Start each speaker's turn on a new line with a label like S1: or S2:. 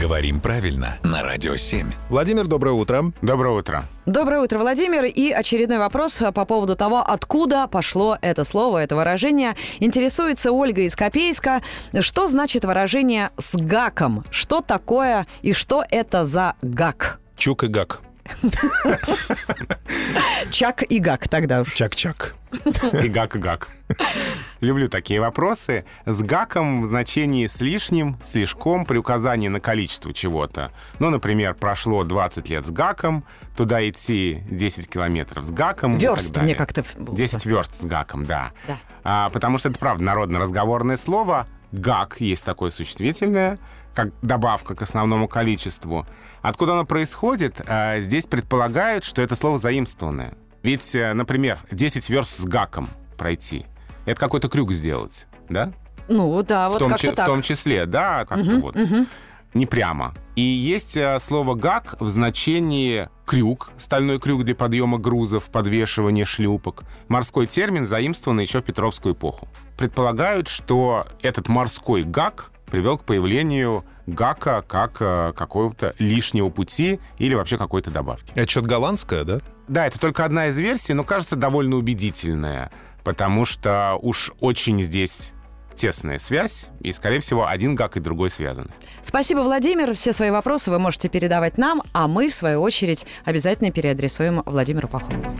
S1: Говорим правильно на Радио 7.
S2: Владимир, доброе утро.
S3: Доброе утро.
S4: Доброе утро, Владимир. И очередной вопрос а, по поводу того, откуда пошло это слово, это выражение. Интересуется Ольга из Копейска. Что значит выражение «с гаком»? Что такое и что это за гак?
S2: Чук и гак.
S4: Чак и гак тогда уж.
S2: Чак-чак.
S3: И гак, и гак. Люблю такие вопросы. С гаком в значении с лишним, слишком при указании на количество чего-то. Ну, например, прошло 20 лет с гаком, туда идти 10 километров с гаком. и Ну, так
S4: Верст мне
S3: далее.
S4: как-то... было.
S3: 10 верст с гаком, да.
S4: Да.
S3: А, потому что это, правда, народно-разговорное слово. Гак есть такое существительное, как добавка к основному количеству. Откуда оно происходит? А, здесь предполагают, что это слово заимствованное. Ведь, э, например, 10 верст с гаком пройти. Это какой-то крюк сделать, да?
S4: Ну да,
S3: в,
S4: вот
S3: том,
S4: как-то
S3: чи- в
S4: так.
S3: том числе, да, как-то вот. Не прямо. И есть э, слово «гак» в значении «крюк», стальной крюк для подъема грузов, подвешивания шлюпок. Морской термин заимствован еще в Петровскую эпоху. Предполагают, что этот морской гак привел к появлению гака как э, какого-то лишнего пути или вообще какой-то добавки.
S2: Это что-то голландское, да?
S3: Да, это только одна из версий, но кажется довольно убедительная, потому что уж очень здесь тесная связь, и, скорее всего, один гак и другой связаны.
S4: Спасибо, Владимир. Все свои вопросы вы можете передавать нам, а мы, в свою очередь, обязательно переадресуем Владимиру Пахомову.